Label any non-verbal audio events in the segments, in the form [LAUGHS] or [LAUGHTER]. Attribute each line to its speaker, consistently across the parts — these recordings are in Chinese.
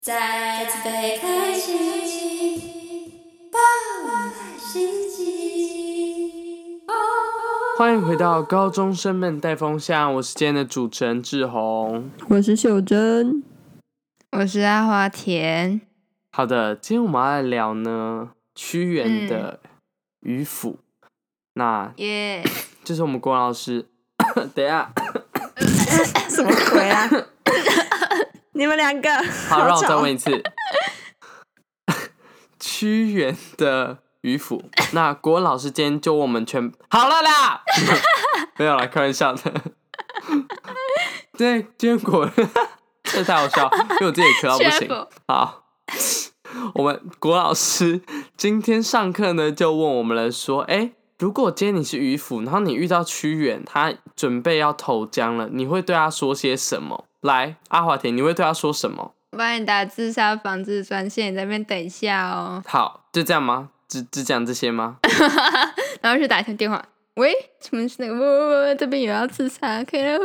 Speaker 1: 再次被开启，爆满心机。
Speaker 2: 欢迎回到高中生们带风向，我是今天的主持人志宏。
Speaker 3: 我是秀珍，
Speaker 4: 我是阿华田，
Speaker 2: 好的，今天我们要来聊呢屈原的《渔父》那
Speaker 4: 耶、
Speaker 2: 这是我们郭老师。 [COUGHS] 等一下，
Speaker 3: 什么鬼啊？ [LAUGHS] 你们两个
Speaker 2: 好，让我再
Speaker 3: 吵
Speaker 2: 问一次。 [LAUGHS] 屈原的《渔父》，那国文老师今天就我们全好了啦， [LAUGHS] 没有啦，开玩笑的。对，今天国文这 [LAUGHS] 太好笑，因为我自己也咳到不行。好，我们国老师今天上课呢，就问我们了说，哎、如果今天你是渔夫，然后你遇到屈原，他准备要投江了，你会对他说些什么？来，阿华田，你会对他说什么？
Speaker 4: 我帮你打自杀防治专线，你在那边等一下哦，
Speaker 2: 好，就这样吗？只只讲这些
Speaker 4: [LAUGHS]
Speaker 2: 吗？
Speaker 4: 然后去打一通电话，喂，什么是那个？喂喂喂，这边有人要自杀，可以了，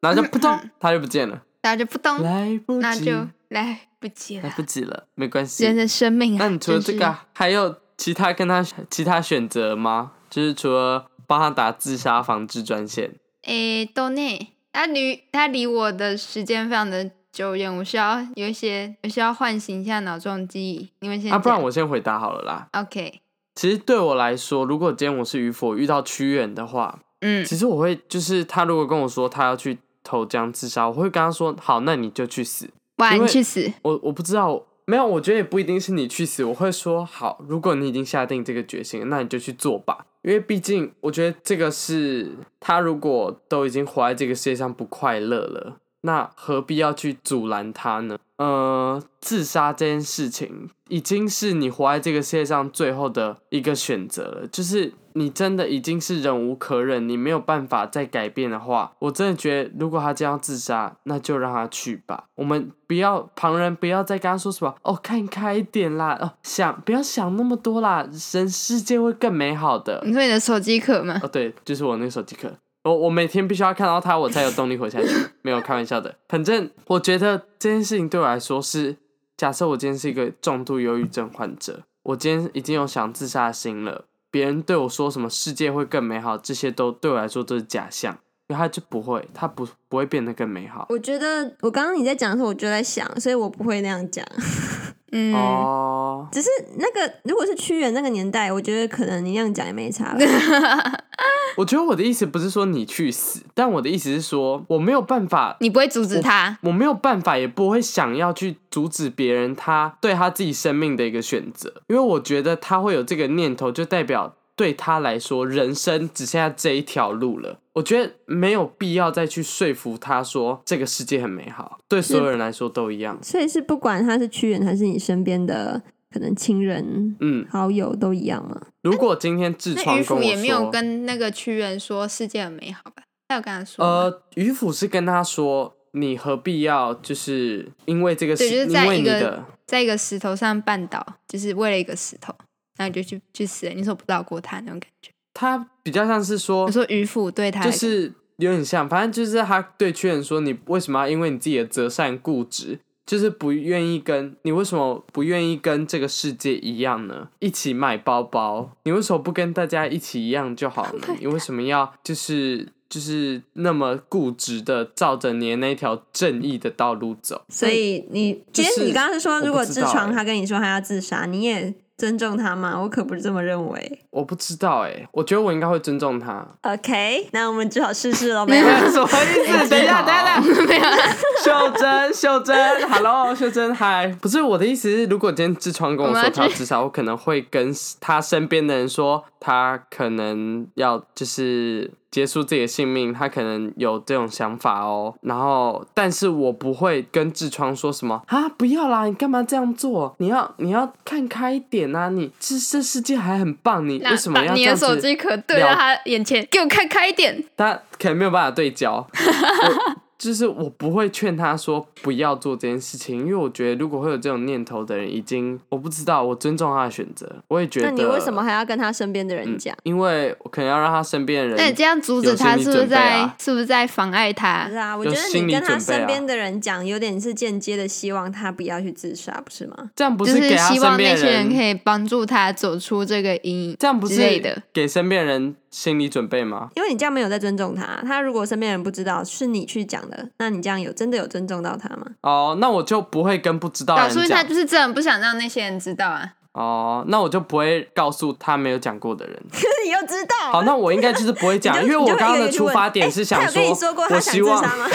Speaker 2: 然后就扑通，他就不见
Speaker 4: [LAUGHS]
Speaker 2: 了，
Speaker 4: 然后就扑通，
Speaker 2: 来不
Speaker 4: 嗯那
Speaker 2: 及，
Speaker 4: 就来不及
Speaker 2: 来
Speaker 4: 了。
Speaker 2: 不及了，没关
Speaker 4: 人
Speaker 2: 系。
Speaker 4: 的生命啊，
Speaker 2: 那你除了
Speaker 4: 真
Speaker 2: 这
Speaker 4: 是
Speaker 2: 个，还有其他跟他其他选择吗？就是除了帮他打自杀防治专线。
Speaker 4: 诶，豆内，他离他离我的时间非常的久远，我需要有一些，我需要唤醒一下脑中记忆。你们先
Speaker 2: 啊，不然
Speaker 4: 讲
Speaker 2: 我先回答好了啦。
Speaker 4: OK，
Speaker 2: 其实对我来说，如果今天我是渔夫，我遇到屈原的话，
Speaker 4: 嗯，
Speaker 2: 其实我会就是他如果跟我说他要去投江自杀，我会跟他说好，那你就去死。
Speaker 4: 哇，
Speaker 2: 因
Speaker 4: 你
Speaker 2: 为
Speaker 4: 去死！
Speaker 2: 我我不知道，没有，我觉得也不一定是你去死，我会说好，如果你已经下定这个决心了，那你就去做吧。因为毕竟，我觉得这个是他如果都已经活在这个世界上不快乐了，那何必要去阻拦他呢？呃，自杀这件事情已经是你活在这个世界上最后的一个选择了，就是你真的已经是忍无可忍，你没有办法再改变的话，我真的觉得，如果他这样自杀，那就让他去吧。我们不要旁人不要再跟他说什么哦，看开一点啦，哦，想不要想那么多啦，人世界会更美好的。
Speaker 4: 你说你的手机壳吗？
Speaker 2: 哦，对，就是我那个手机壳。我我每天必须要看到它，我才有动力活下去。没有开玩笑的，反正我觉得这件事情对我来说是，假设我今天是一个重度忧郁症患者，我今天已经有想自杀的心了，别人对我说什么世界会更美好，这些都对我来说都是假象，因为它就不会，它不不会变得更美好。
Speaker 3: 我觉得我刚刚你在讲的时候，我就在想，所以我不会那样讲。
Speaker 4: 嗯，
Speaker 2: 哦，
Speaker 3: 只是那个如果是屈原那个年代，我觉得可能你那样讲也没
Speaker 2: [LAUGHS]
Speaker 3: 差吧。
Speaker 2: 我觉得我的意思不是说你去死，但我的意思是说我没有办法
Speaker 4: 你不会阻止他，
Speaker 2: 我没有办法，也不会想要去阻止别人他对他自己生命的一个选择，因为我觉得他会有这个念头，就代表对他来说，人生只剩下这一条路了。我觉得没有必要再去说服他说这个世界很美好，对所有人来说都一样。
Speaker 3: 所以是不管他是屈原还是你身边的可能亲人、
Speaker 2: 嗯，
Speaker 3: 好友都一样嘛。
Speaker 2: 如果今天痔
Speaker 4: 那
Speaker 2: 疮
Speaker 4: 渔
Speaker 2: 跟
Speaker 4: 夫
Speaker 2: 我
Speaker 4: 也没有
Speaker 2: 说，
Speaker 4: 跟那个屈原说世界很美好吧？他有跟他说吗，
Speaker 2: 呃，渔夫是跟他说，你何必要就是因为这个事，
Speaker 4: 对就是在
Speaker 2: 因为
Speaker 4: 一
Speaker 2: 你
Speaker 4: 个
Speaker 2: 的
Speaker 4: 在一个石头上绊倒，就是为了一个石头，然后你就去去死了，你手不绕过他那种感觉。
Speaker 2: 他比较像是说
Speaker 4: 我，说渔夫对他来
Speaker 2: 就
Speaker 4: 说
Speaker 2: 是有点像，反正就是他对屈原说：“你为什么要因为你自己的择善固执，就是不愿意跟你为什么不愿意跟这个世界一样呢？一起买包包，你为什么不跟大家一起一样就好呢？ [LAUGHS] 你为什么要就是就是那么固执的照着你的那条正义的道路走？
Speaker 3: 所以你，
Speaker 2: 就
Speaker 3: 今
Speaker 2: 是
Speaker 3: 天你刚刚是说，如
Speaker 2: 我
Speaker 3: 果
Speaker 2: 不
Speaker 3: 痔
Speaker 2: 知道
Speaker 3: 疮
Speaker 2: 欸
Speaker 3: 他跟你说他要自杀，你也尊重他吗？我可不是这么认为。
Speaker 2: 我不知道哎、我觉得我应该会尊重他。
Speaker 3: OK，那我们只好试试 [LAUGHS] 了，没有
Speaker 2: 没有 [LAUGHS] 什么 [LAUGHS] 意思？等一下，等一下，没 [LAUGHS] 有。秀珍，秀珍，Hello，秀珍，嗨。不是我的意思是，如果今天痔疮跟我
Speaker 4: 我们
Speaker 2: 说
Speaker 4: 要
Speaker 2: 他要
Speaker 4: 去
Speaker 2: 自杀，我可能会跟他身边的人说，他可能要就是结束自己的性命，他可能有这种想法哦。然后，但是我不会跟痔疮说什么啊，不要啦，你干嘛这样做？你要你要看开一点啊，你这这世界还很棒，你
Speaker 4: [LAUGHS] 那
Speaker 2: 为什么
Speaker 4: 把
Speaker 2: 要这
Speaker 4: 你的
Speaker 2: 样子？
Speaker 4: 手机壳对
Speaker 2: 聊
Speaker 4: 到他眼前，给我看开一点。
Speaker 2: [LAUGHS] 他可能没有办法对焦。我就是我不会劝他说不要做这件事情，因为我觉得如果会有这种念头的人，已经我不知道，我尊重他的选择。我也觉得，
Speaker 3: 那你为什么还要跟他身边的人
Speaker 2: 嗯
Speaker 3: 讲？
Speaker 2: 因为我可能要让他身边的人，
Speaker 4: 那你这样阻止
Speaker 2: 有心
Speaker 4: 他，
Speaker 2: 理
Speaker 4: 是不是
Speaker 2: 准备
Speaker 4: 在、
Speaker 2: 啊
Speaker 4: 是不是在妨碍他
Speaker 3: 不是？啊，我
Speaker 2: 有
Speaker 3: 觉得
Speaker 2: 心
Speaker 3: 你
Speaker 2: 理
Speaker 3: 跟他
Speaker 2: 准备啊
Speaker 3: 身边的人讲，有点是间接的希望他不要去自杀，不是吗？
Speaker 2: 这样不
Speaker 4: 就
Speaker 2: 给他
Speaker 4: 希
Speaker 2: 身
Speaker 4: 望
Speaker 2: 边
Speaker 4: 那
Speaker 2: 的
Speaker 4: 些人可
Speaker 2: 人，
Speaker 4: 以帮助他走出这个阴影
Speaker 2: 这样不
Speaker 4: 之类
Speaker 2: 是
Speaker 4: 的。
Speaker 2: 给身边的人心理准备吗？
Speaker 3: 因为你这样没有在尊重他。他如果身边人不知道是你去讲的，那你这样有真的有尊重到他
Speaker 2: [LAUGHS]
Speaker 3: 吗？
Speaker 2: 哦，那我就不会跟不知道
Speaker 4: 导
Speaker 2: 的
Speaker 4: 出
Speaker 2: 人
Speaker 4: 他
Speaker 2: 哦讲
Speaker 4: 就。是真的不想让那些人知道啊。
Speaker 2: 哦，那我就不会告诉他没有讲过的人。
Speaker 3: 可是你又知道，
Speaker 2: 好，那我应该就是不会讲，
Speaker 3: 啊 [LAUGHS] 你
Speaker 2: 因
Speaker 3: 就
Speaker 2: 为
Speaker 3: 你
Speaker 2: 我
Speaker 3: 就会
Speaker 2: 刚刚
Speaker 3: 一个
Speaker 2: 的
Speaker 3: 一个
Speaker 2: 出
Speaker 3: 问
Speaker 2: 发
Speaker 3: 哎
Speaker 2: 点是
Speaker 3: [LAUGHS] 他
Speaker 2: 想
Speaker 3: 有跟你说过
Speaker 2: 我
Speaker 3: 他想
Speaker 2: 希
Speaker 3: 自
Speaker 2: 望
Speaker 3: 杀吗？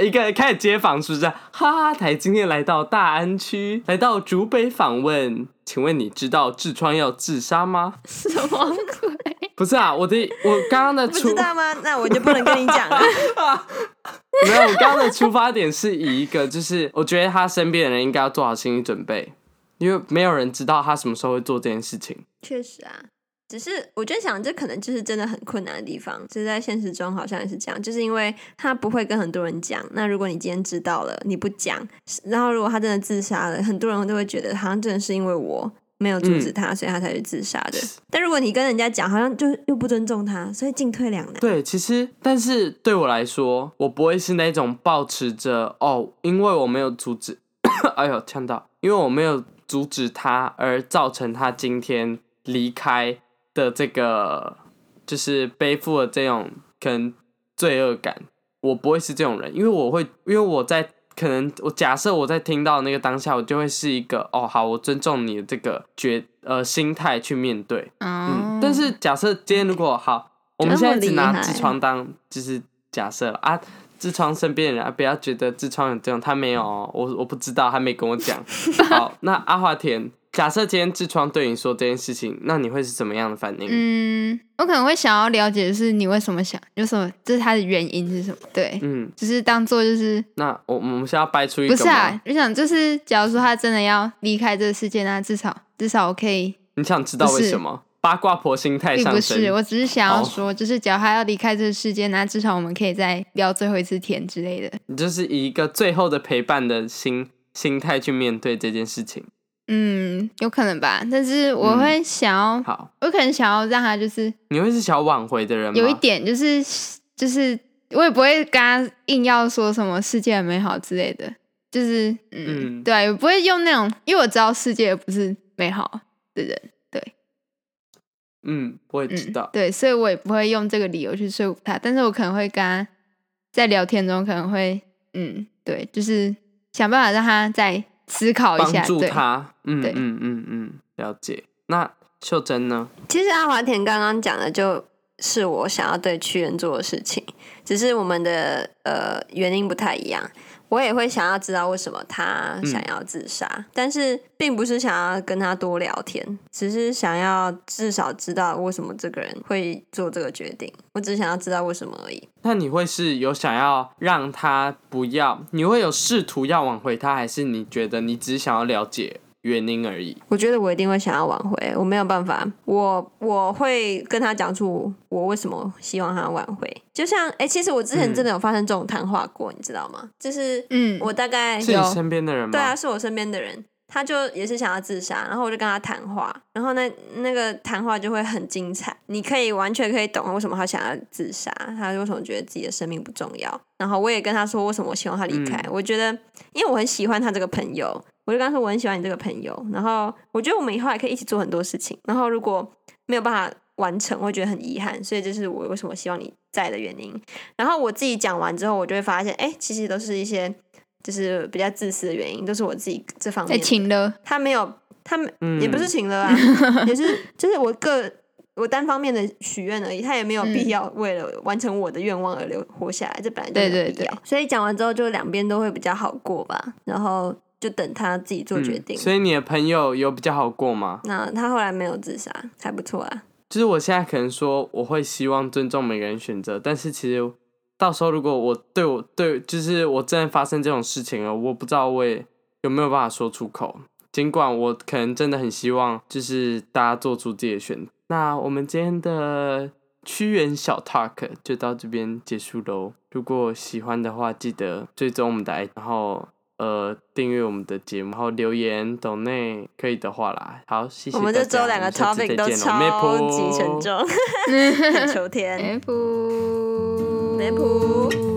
Speaker 2: 一个哎开始街访是不是？哈哈台今天来到大安区，来到竹北访问，请问你知道痔疮要自杀吗？
Speaker 4: 什么鬼？
Speaker 2: 不是啊，我的我刚刚的
Speaker 3: [LAUGHS] 不
Speaker 2: 出
Speaker 3: 知道吗？那我就不能跟你讲
Speaker 2: [LAUGHS]
Speaker 3: 了。
Speaker 2: 没有，我刚刚的出发点是以一个就是我觉得他身边的人应该要做好心理准备，因为没有人知道他什么时候会做这件事情。
Speaker 3: 确实啊，只是我就想，这可能就是真的很困难的地方，就是在现实中好像也是这样，就是因为他不会跟很多人讲。那如果你今天知道了，你不讲，然后如果他真的自杀了，很多人都会觉得好像真的是因为我。没有阻止他，所以他才去自杀的。但如果你跟人家讲，好像就又不尊重他，所以进退两难。
Speaker 2: 对，其实但是对我来说，我不会是那种保持着哦，因为我没有阻止，哎呦呛到，因为我没有阻止他而造成他今天离开的这个，就是背负了这种可能罪恶感。我不会是这种人，因为我会，因为我在可能我假设我在听到那个当下，我就会是一个哦，好，我尊重你的这个觉呃心态去面对。
Speaker 4: 哦
Speaker 2: 嗯，但是假设今天如果好，我们
Speaker 3: 觉
Speaker 2: 现
Speaker 3: 得
Speaker 2: 在
Speaker 3: 我
Speaker 2: 只
Speaker 3: 厉
Speaker 2: 拿
Speaker 3: 害
Speaker 2: 痔疮当就是假设了啊，痔疮身边的人啊，不要觉得痔疮有这种，他没有哦，我我不知道，他没跟我
Speaker 4: [LAUGHS]
Speaker 2: 讲。好，那阿华田，假设今天痔疮对你说这件事情，那你会是怎么样的反应？
Speaker 4: 嗯，我可能会想要了解，就是你为什么想，有什么，就是他的原因是什么？对，
Speaker 2: 嗯，
Speaker 4: 就是当做就是
Speaker 2: 那我我们现在要掰出一个
Speaker 4: 不是
Speaker 2: 吗
Speaker 4: 啊？我想就是，假如说他真的要离开这个世界，那至少至少我可以，
Speaker 2: 你想知道
Speaker 4: 不
Speaker 2: 为
Speaker 4: 是
Speaker 2: 什么？八卦婆心态
Speaker 4: 并
Speaker 2: 上
Speaker 4: 不
Speaker 2: 升。
Speaker 4: 是，我只是想要
Speaker 2: 哦
Speaker 4: 说，就是假如他要离开这个世界，那至少我们可以再聊最后一次天之类的。
Speaker 2: 你就是以一个最后的陪伴的心心态去面对这件事情。
Speaker 4: 嗯，有可能吧，但是我
Speaker 2: 嗯
Speaker 4: 会想要，
Speaker 2: 好，
Speaker 4: 我可能想要让他就是
Speaker 2: 你会是想挽回的人吗？
Speaker 4: 有一点就是就是我也不会跟他硬要说什么世界很美好之类的，就是嗯
Speaker 2: 嗯
Speaker 4: 对啊，也不会用那种，因为我知道世界不是美好的人，
Speaker 2: 嗯，我也知
Speaker 4: 嗯
Speaker 2: 道，。
Speaker 4: 对，所以我也不会用这个理由去说服他，但是我可能会跟他在聊天中可能会嗯，对，就是想办法让他再思考一
Speaker 2: 帮
Speaker 4: 下，
Speaker 2: 助
Speaker 4: 对，
Speaker 2: 他。嗯
Speaker 4: 对
Speaker 2: 嗯嗯嗯，了解。那秀珍呢？
Speaker 3: 其实阿华田刚刚讲的就是我想要对屈原做的事情，只是我们的呃原因不太一样。我也会想要知道为什么他想要自杀，但是并不是想要跟他多聊天，只是想要至少知道为什么这个人会做这个决定。我只想要知道为什么而已。
Speaker 2: 那你会是有想要让他不要？你会有试图要挽回他，还是你觉得你只想要了解原因而已？
Speaker 3: 我觉得我一定会想要挽回，我没有办法，我我会跟他讲出我为什么希望他挽回。就像哎、诶其实我之前真的有发生这种谈话过，你知道吗？就是
Speaker 4: 嗯，
Speaker 3: 我大概
Speaker 2: 是你
Speaker 4: 有
Speaker 2: 身边的人吗？
Speaker 3: 哎对啊，，是我身边的人，他就也是想要自杀，然后我就跟他谈话，然后那那个谈话就会很精彩，你可以完全可以懂为什么他想要自杀，他为什么觉得自己的生命不重要，然后我也跟他说为什么我希望他离开，
Speaker 2: 嗯
Speaker 3: 我觉得因为我很喜欢他这个朋友。我就跟他说我很喜欢你这个朋友，然后我觉得我们以后还可以一起做很多事情。然后如果没有办法完成，我会觉得很遗憾，所以这是我为什么希望你在的原因。然后我自己讲完之后，我就会发现，哎，其实都是一些就是比较自私的原因，都是我自己这方
Speaker 4: 在
Speaker 3: 面的。
Speaker 4: 请了，
Speaker 3: 他没有，他们
Speaker 2: 嗯
Speaker 3: 也不是情了
Speaker 2: [LAUGHS]
Speaker 3: 啊，也是就是我个我单方面的许愿而已，他也没有
Speaker 4: 嗯
Speaker 3: 必要为了完成我的愿望而留活下来，这本来就没有
Speaker 4: 对
Speaker 3: 必要。
Speaker 4: 对对
Speaker 3: 所以讲完之后，就两边都会比较好过吧，然后就等他自己做决定。
Speaker 2: 嗯所以你的朋友有比较好过吗？
Speaker 3: 那他后来没有自杀，还不错啊。
Speaker 2: 就是我现在可能说我会希望尊重每个人选择，但是其实到时候如果我对我对，就是我真的发生这种事情了，我不知道我也有没有办法说出口。尽管我可能真的很希望，就是大家做出自己的选择。那我们今天的屈原小 talk 就到这边结束喽。如果喜欢的话，记得追踪我们的 i，然后呃订阅我们的节目，然后留言、懂内可以的话啦。好，谢谢
Speaker 3: 我们这周两个 topic 都
Speaker 2: [LAUGHS]
Speaker 3: 超级沉。重，
Speaker 4: 嗯
Speaker 3: 秋天，
Speaker 4: F
Speaker 3: 梅普。
Speaker 4: [LAUGHS]